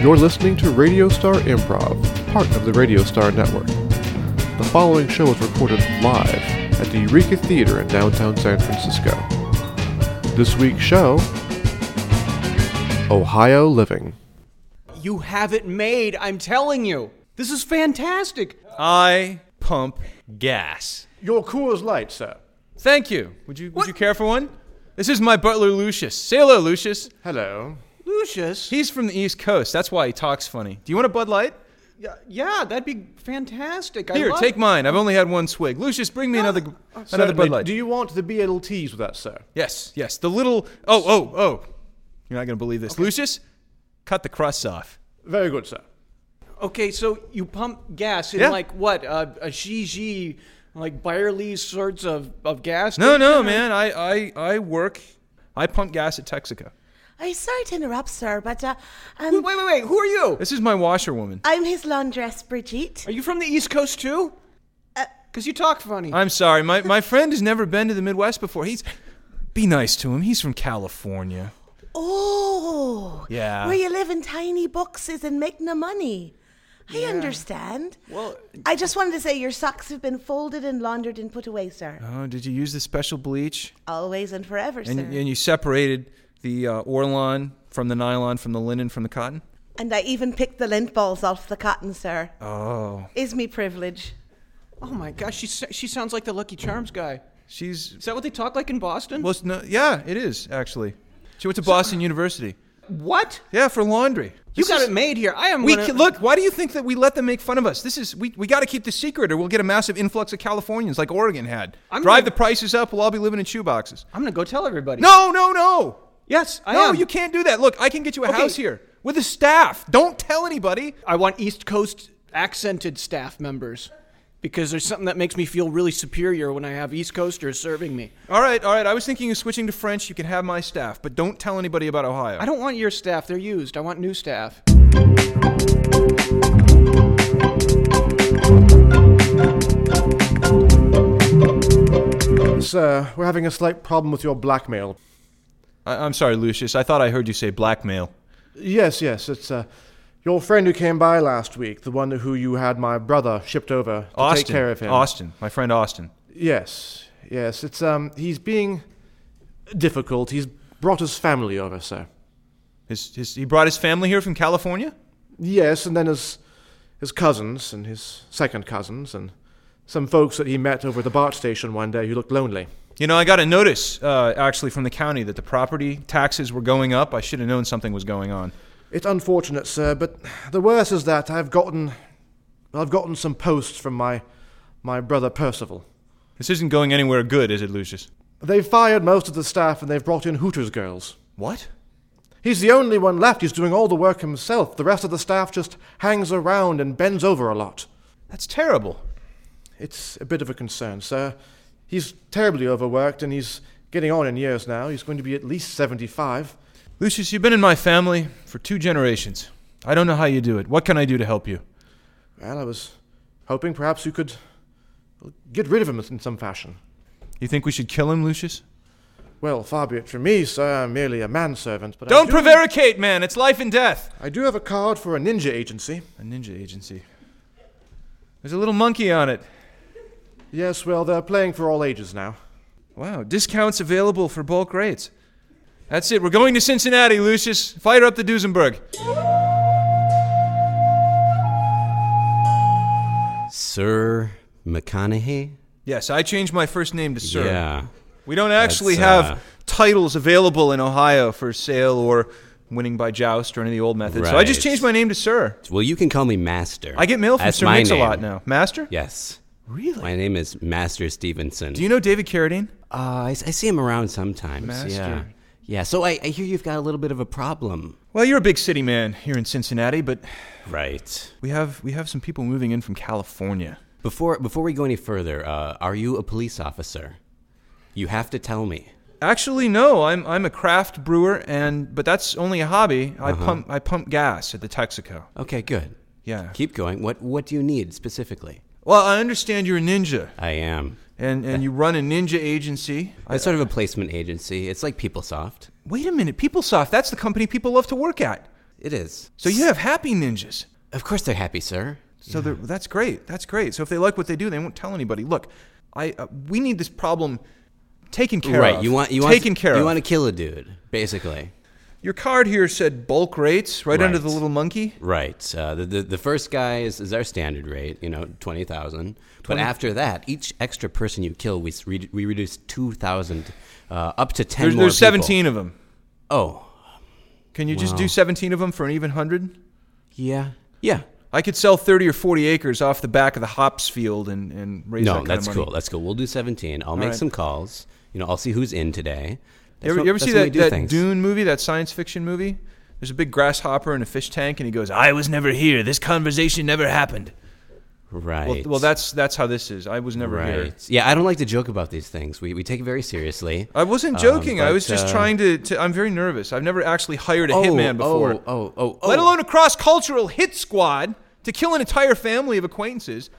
You're listening to Radio Star Improv, part of the Radio Star Network. The following show is recorded live at the Eureka Theater in downtown San Francisco. This week's show Ohio Living. You have it made, I'm telling you. This is fantastic. I pump gas. Your Coors Light, sir. Thank you. Would you would you care for one? This is my butler Lucius. Say hello, Lucius. Hello. Lucius? He's from the East Coast. That's why he talks funny. Do you want a Bud Light? Yeah, yeah, that'd be fantastic. I Here, love- Oh, take mine. I've only had one swig. Lucius, bring me another another Certainly. Bud Light. Uh, Do you want the BLTs with that, sir? yes, yes. The little Oh, oh, oh. You're not going to believe this. Lucius, cut the crusts off. Very good, sir. Okay, so you pump gas in Yeah. like what? Uh, a Gigi, like Byerly's sorts of, of gas? No, no, station? man. I I I work I pump gas at Texaco. I sorry to interrupt, sir, but uh, Wait, um, wait, wait, wait. Who are you? This is my washerwoman. I'm his laundress, Brigitte. Are you from the East Coast too? Uh, Because you talk funny. I'm sorry. My my friend has never been to the Midwest before. He's be nice to him. He's from California. Oh, Yeah. Where you live in tiny boxes and make no money. I understand. well, I just wanted to say your socks have been folded and laundered and put away, sir. Oh, did you use the special bleach? Always and forever, And, sir. and you separated the uh, Orlon from the nylon, from the linen, from the cotton? And I even picked the lint balls off the cotton, sir. Oh. Is me privilege. oh my gosh, she, sa- she sounds like the Lucky Charms guy. She's. Is that what they talk like in Boston? Well, it's no, yeah, it is, actually. She went to Boston University. what? Yeah, for laundry. You This got is- it made here. I am We gonna- ca- look. Why do you think that we let them make fun of us? This is we, we got to keep this secret, or we'll get a massive influx of Californians like Oregon had. I'm Drive gonna- the prices up. We'll all be living in shoeboxes. I'm going to go tell everybody. No, no, no, Yes, I no. am. You can't do that. Look, I can get you a Okay. house here with a staff. Don't tell anybody. I want East Coast accented staff members because there's something that makes me feel really superior when I have East Coasters serving me. All right, all right. I was thinking of switching to French. You can have my staff, but don't tell anybody about Ohio. I don't want your staff, they're used. I want new staff. Sir, uh, we're having a slight problem with your blackmail. I, I'm sorry, Lucius. I thought I heard you say blackmail. Yes, yes, it's uh, your friend who came by last week, the one who you had my brother shipped over to Austin. take care of him. Austin, my friend Austin. Yes, yes, it's um, he's being difficult. He's brought his family over, sir. His, his, he brought his family here from California. Yes, and then his his cousins and his second cousins and some folks that he met over at the BART station one day who looked lonely. You know, I got a notice uh, actually from the county that the property taxes were going up. I should have known something was going on. It's unfortunate, sir, but the worst is that I've gotten I've gotten some posts from my my brother Percival. This isn't going anywhere good, is it, Lucius? They've fired most of the staff and they've brought in Hooters girls. What? He's the only one left. He's doing all the work himself. The rest of the staff just hangs around and bends over a lot. That's terrible. It's a bit of a concern, sir. He's terribly overworked and he's getting on in years now. He's going to be at least 75. Lucius, you've been in my family for two generations. I don't know how you do it. What can I do to help you? Well, I was hoping perhaps you could get rid of him in some fashion. You think we should kill him, Lucius? Well, far be it from me, sir. I'm merely a manservant, but Don't I, do, prevaricate, man. It's life and death. I do have a card for a ninja agency. A ninja agency. There's a little monkey on it. Yes, well, they're playing for all ages now. Wow, discounts available for bulk rates. That's it. We're going to Cincinnati, Lucius. Fire up the Duesenberg. Sir McConaughey? Yes, I changed my first name to Sir. Yeah. We don't actually That's, have uh, titles available in Ohio for sale or winning by joust or any of the old methods. So I just Right. changed my name to Sir. Well, you can call me Master. I get mail from That's Sir my Mix a lot name. now. Master? Yes. Really? My name is Master Stevenson. Do you know David Carradine? uh, I, s- I see him around sometimes. Master. Yeah. Yeah. So I, I hear you've got a little bit of a problem. Well, you're a big city man here in Cincinnati, but Right. we have we have some people moving in from California. Before before we go any further, uh, are you a police officer? You have to tell me. Actually, no. I'm I'm a craft brewer, and but that's only a hobby. Uh-huh. I pump I pump gas at the Texaco. Okay, good. Yeah. Keep going. What what do you need specifically? Well, I understand you're a ninja, I am. and and you run a ninja agency. It's sort of a placement agency. It's like PeopleSoft. Wait a minute, PeopleSoft. That's the company people love to work at. It is. So you have happy ninjas. Of course they're happy, sir. So they're that's great. That's great. So if they like what they do, they won't tell anybody. Look, I uh, we need this problem taken care of. right. You want you want taken care you of. want to kill a dude, basically. Your card here said bulk rates right, under Right. the little monkey. Right. Uh, the, the the first guy is, is our standard rate, you know, twenty thousand. But after that, each extra person you kill, we s- re- we reduce two thousand, uh, up to ten. There's, more there's people. 17 of them. Oh, Can you just Wow. do 17 of them for an even hundred? yeah, yeah. I could sell 30 or 40 acres off the back of the hops field and, and raise that No, kind that's of money. cool. That's cool. We'll do seventeen. I'll make right. some calls. You know, I'll see who's in today. That's You ever, what- you ever that's see when we that, do that things. Dune movie, that science fiction movie? There's a big grasshopper in a fish tank, and he goes, "I was never here. This conversation never happened." Right. Well, well, that's that's how this is. I was never right. here. Yeah, I don't like to joke about these things. We we take it very seriously. I wasn't Um, joking. I but, was just uh, trying to, to. I'm very nervous. I've never actually hired a hitman before. Oh, oh, oh, oh. Let alone a cross-cultural hit squad to kill an entire family of acquaintances.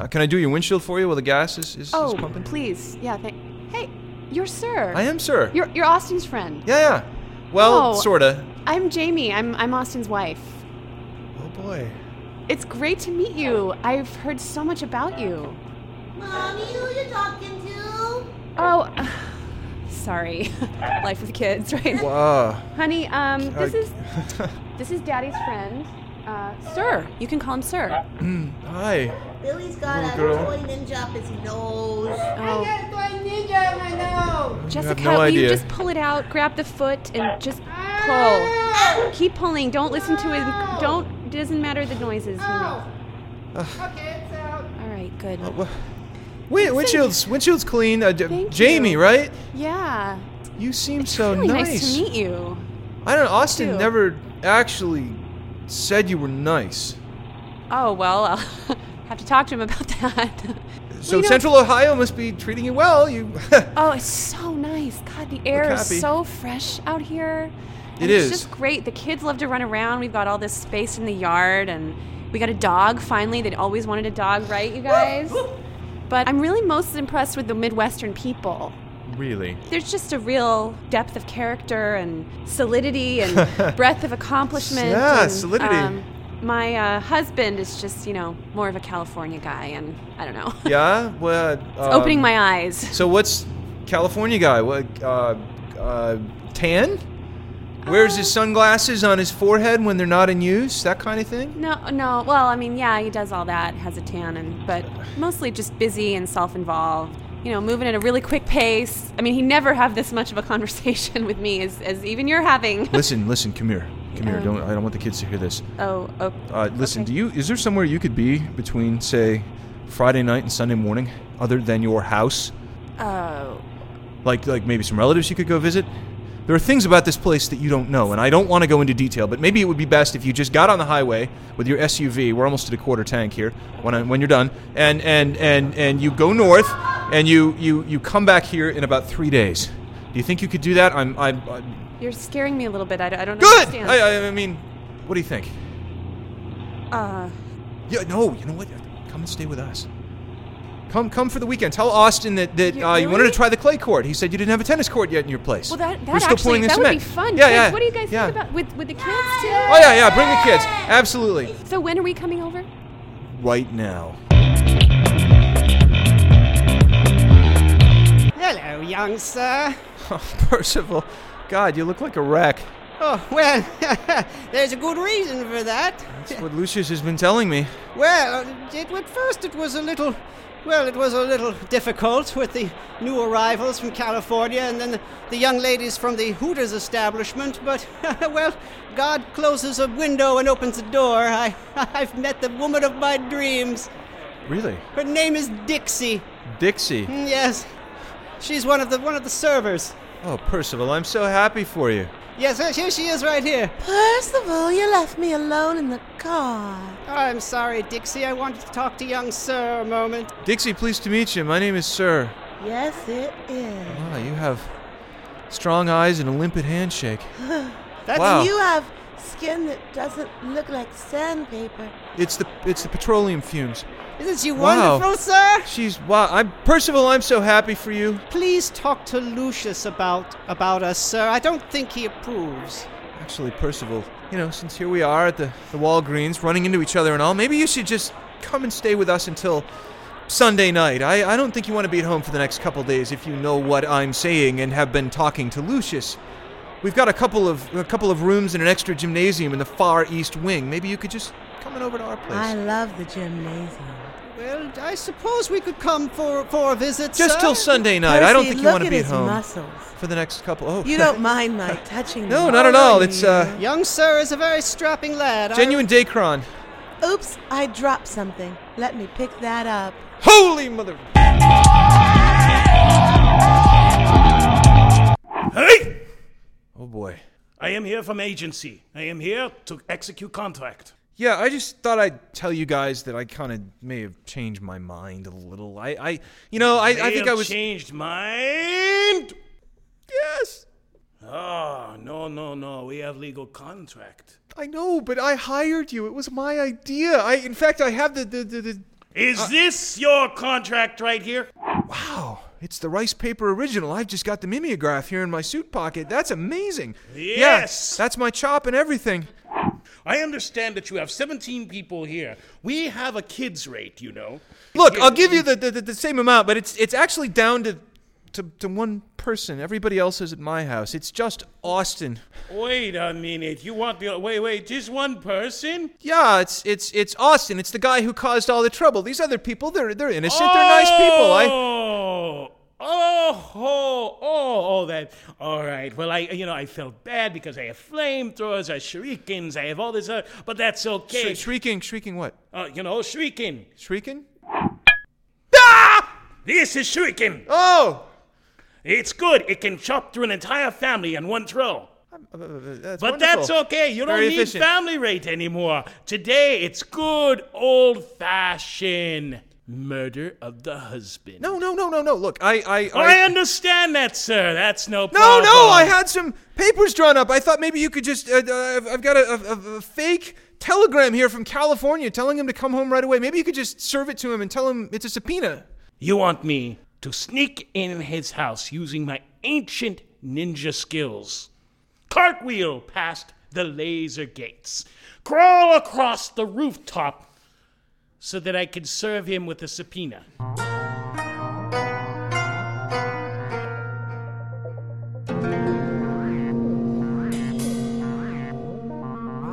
Uh, can I do your windshield for you while the gas is, is, is Oh, pumping? please. Yeah, thank. Hey, you're Sir. I am, sir. You're, you're Austin's friend. yeah, yeah. Well, Oh. sorta. I'm Jamie. I'm, I'm Austin's wife. Oh boy. It's great to meet you. I've heard so much about you. Mommy, who you talking to? Oh, sorry. Life of kids, right? Wow. Honey, um, this I- is this is Daddy's friend, uh, Sir. You can call him Sir. Hi. Billy's got Little girl. a toy ninja up his nose. Oh, Jessica, no will idea. you just pull it out? Grab the foot and just pull. Keep pulling. Don't listen to it. Don't. Doesn't matter the noises. he makes. All right, good. Wha- Wait, windshield's windshield's clean. Uh, d- Thank Jamie, you. right? Yeah. You seem so Really nice. to meet you. I don't. know. Austin too. never actually said you were nice. Oh well, I'll have to talk to him about that. So you know- Central Ohio must be treating you well. You. oh, it's so nice. God, the air happy. is so fresh out here. It And it's is. just great. The kids love to run around. We've got all this space in the yard, and we got a dog finally. They'd always wanted a dog, right, you guys? but I'm really most impressed with the Midwestern people. really? There's just a real depth of character and solidity and breadth of accomplishment. Yeah, and, solidity. my uh, husband is just, you know, more of a California guy, and I don't know. Yeah. Well. um, Opening my eyes. So what's California guy? What? Uh, uh, tan? Wears Oh. his sunglasses on his forehead when they're not in use. That kind of thing. No, no. Well, I mean, yeah, he does all that, has a tan, and but mostly just busy and self-involved. You know, moving at a really quick pace. I mean, he never have this much of a conversation with me as, as even you're having. Listen, listen. Come here. Come here. Don't. I don't want the kids to hear this. Oh, oh. Uh, listen, okay. do you is there somewhere you could be between say Friday night and Sunday morning other than your house? Oh, Like like maybe some relatives you could go visit? There are things about this place that you don't know, and I don't want to go into detail, but maybe it would be best if you just got on the highway with your SUV. We're almost at a quarter tank here when, I, when you're done, and, and, and, and you go north, and you, you, you come back here in about three days. Do you think you could do that? I'm, I'm, I'm you're scaring me a little bit. I, don't- I don't good. understand. I, I, I mean, what do you think? Uh, Yeah, no, you know what? Come and stay with us. Come, come for the weekend. Tell Austin that, that You- uh, you wanted to really? try the clay court. He said you didn't have a tennis court yet in your place. well, that We're that still actually pouring the that would cement. be fun. Yeah, Kids, yeah. What do you guys yeah. think about with with the kids too? Oh yeah, yeah. Bring the kids. Absolutely. So when are we coming over? Right now. Hello, young sir. Oh, Percival, God, you look like a wreck. Oh, well, there's a good reason for that. That's what Lucius has been telling me. Well, it, at first it was a little, well, it was a little difficult with the new arrivals from California and then the, the young ladies from the Hooters establishment. But well, God closes a window and opens a door. I, I've met the woman of my dreams. Really? Her name is Dixie. Dixie. Yes, she's one of the one of the servers. Oh, Percival, I'm so happy for you. Yes, uh, here she is right here. Percival, you left me alone in the car. I'm sorry, Dixie. I wanted to talk to young sir a moment. Dixie, pleased to meet you. My name is Sir. Yes, it is. Wow, you have strong eyes and a limpid handshake. That's Wow. You have skin that doesn't look like sandpaper. It's the it's the petroleum fumes. Isn't she Wow. wonderful, sir? She's wow. I'm Percival. I'm so happy for you. Please talk to Lucius about about us, sir. I don't think he approves. Actually, Percival, you know, since here we are at the, the Walgreens running into each other and all, maybe you should just come and stay with us until Sunday night. I, I don't think you want to be at home for the next couple days if you know what I'm saying and have been talking to Lucius. We've got a couple of a couple of rooms and an extra gymnasium in the far east wing. Maybe you could just come on over to our place. I love the gymnasium. Well, I suppose we could come for for a visit, just sir. till Sunday night. I don't Percy, think you look want to at be at his home muscles. for the next couple. Oh, You don't mind my touching No, them, not at do all. It's, you? uh, Young sir is a very strapping lad. I- genuine Dacron. Oops, I dropped something. Let me pick that up. Holy mother! Hey! Oh boy. I am here from agency. I am here to execute contract. Yeah, I just thought I'd tell you guys that I kind of may have changed my mind a little. I, I you know, I, I May think have I was. changed mind. Yes, Oh no no no! We have legal contract. I know, but I hired you. It was my idea. I, in fact, I have the the the. the Is Uh. this your contract right here? wow, it's the rice paper original. I've just got the mimeograph here in my suit pocket. That's amazing. Yeah, Yes. that's my chop and everything. I understand that you have 17 people here. We have a kids rate, you know. Look, I'll give you the, the, the, the same amount, but it's it's actually down to, to to one person. Everybody else is at my house. It's just Austin. Wait a minute. You want the wait wait? Just one person? Yeah, it's it's it's Austin. It's the guy who caused all the trouble. These other people, they're they're innocent. They're nice people. I Oh, oh, oh, oh, that. All right. Well, I, you know, I felt bad because I have flamethrowers, I have shurikens, I have all this other, but that's okay. Shri- shrieking, shrieking what? uh, you know, shuriken. Shrieking? This is shuriken. Oh, It's good. It can chop through an entire family in one throw. Uh, that's But wonderful. that's okay. You don't Very need efficient. family rate anymore. Today, it's good old fashioned murder of the husband. No, no, no, no, no. Look, I I I understand that, sir. That's no no, problem. no. I had some papers drawn up. I thought maybe you could just. Uh, uh, I've- I've got a, a, a fake telegram here from California telling him to come home right away. Maybe you could just serve it to him and tell him it's a subpoena. You want me to sneak in his house using my ancient ninja skills. Cartwheel past the laser gates. Crawl across the rooftop so that I can serve him with a subpoena.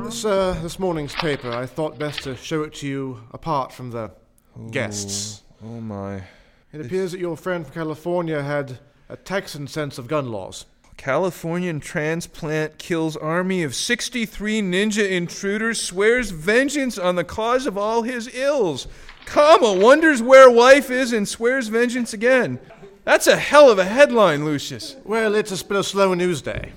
This, uh, this morning's paper, I thought best to show it to you apart from the guests. Oh my. It appears that your friend from California had a Texan sense of gun laws. Californian transplant kills army of 63 ninja intruders, swears vengeance on the cause of all his ills, comma, wonders where wife is, and swears vengeance again. That's a hell of a headline, Lucius. Well, it's just been a slow news day.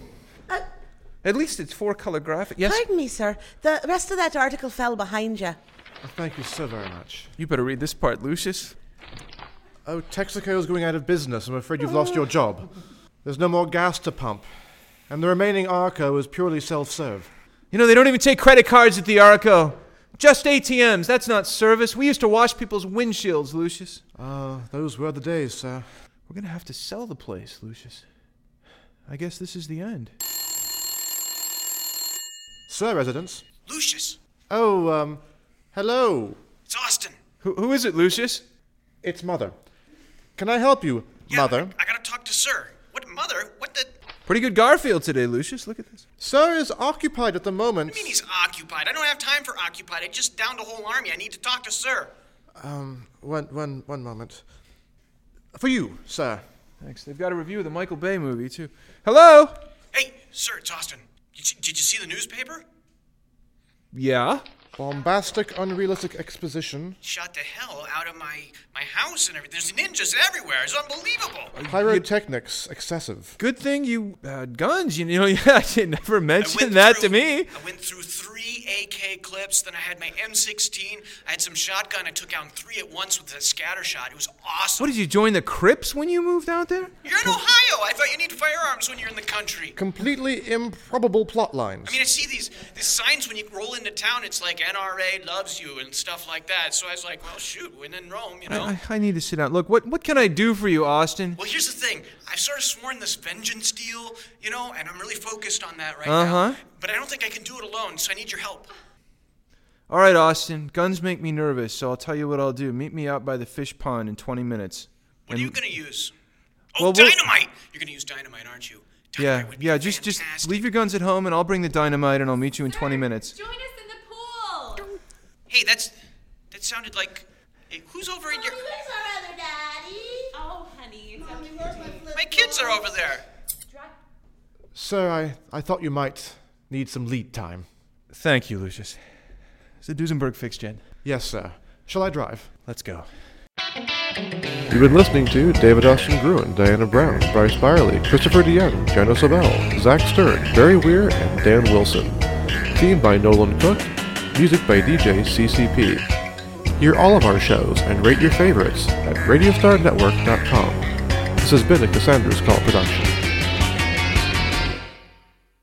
At least it's four color graphic. Yes, Pardon me, sir. The rest of that article fell behind you. Well, Oh, Thank you so very much. you better read this part, Lucius. Oh, Texaco's going out of business. I'm afraid you've lost your job. There's no more gas to pump. And the remaining ARCO is purely self serve. You know, they don't even take credit cards at the Arco. Just ATMs. That's not service. We used to wash people's windshields, Lucius. Ah, those were the days, sir. We're going to have to sell the place, Lucius. I guess this is the end. Sir, residence. Lucius, Oh, um, hello. it's Austin. Who, who is it, Lucius? It's Mother. Can I help you, Mother? I gotta talk to Sir. What mother? What the? I Pretty good Garfield today, Lucius. Look at this. Sir is occupied at the moment. mean, he's occupied. I don't have time for occupied. I just downed a whole army. I need to talk to Sir. Um, one, one, one moment. For you, sir. Thanks. They've got a review of the Michael Bay movie too. Hello. Hey, Sir, it's Austin. Did you, did you see the newspaper? Yeah. Bombastic, unrealistic exposition. Shot the hell out of my my house and everything. There's ninjas everywhere. It's unbelievable. Pyrotechnics, excessive. Good thing you had guns. You know, yeah, I didn't never I went mention that to through- me. I went through three three AK clips. Then I had my M16. I had some shotgun. I took down three at once with a scatter shot. It was awesome. What did you join the Crips when you moved out there? You're in Ohio. I thought you need firearms when you're in the country. Completely improbable plot lines. I mean, I see these these signs when you roll into town. It's like NRA loves you and stuff like that. So I was like, well, shoot, when in Rome, you know. I, I, I need to sit down. Look, what, what can I do for you, Austin? well, here's the thing. I've sort of sworn this vengeance deal, you know, and I'm really focused on that right Uh-huh. now. But I don't think I can do it alone, so I need your help. All right, Austin. Guns make me nervous, so I'll tell you what I'll do. Meet me out by the fish pond in 20 minutes. What are you gonna use? Oh, Well, we'll- dynamite! You're gonna use dynamite, aren't you? Yeah, yeah. Just, just leave your guns at home, and I'll bring the dynamite, and I'll meet you in 20 minutes. Join us in the pool. Hey, that's that sounded like. Hey, who's over in your? Where's our other daddy? Oh, honey. it's okay. My kids are over there. Sir, I, I thought you might need some lead time. Thank you, Lucius. Is the Duesenberg fixed yet? Yes, sir. Shall I drive? Let's go. You've been listening to David Austin Gruen, Diana Brown, Bryce Byerly, Christopher DeYoung, Jana Sobel, Zach Stern, Barry Weir, and Dan Wilson. Theme by Nolan Cook, music by DJ CCP. Hear all of our shows and rate your favorites at RadiostarNetwork.com. This has been a Cassandra's Call production.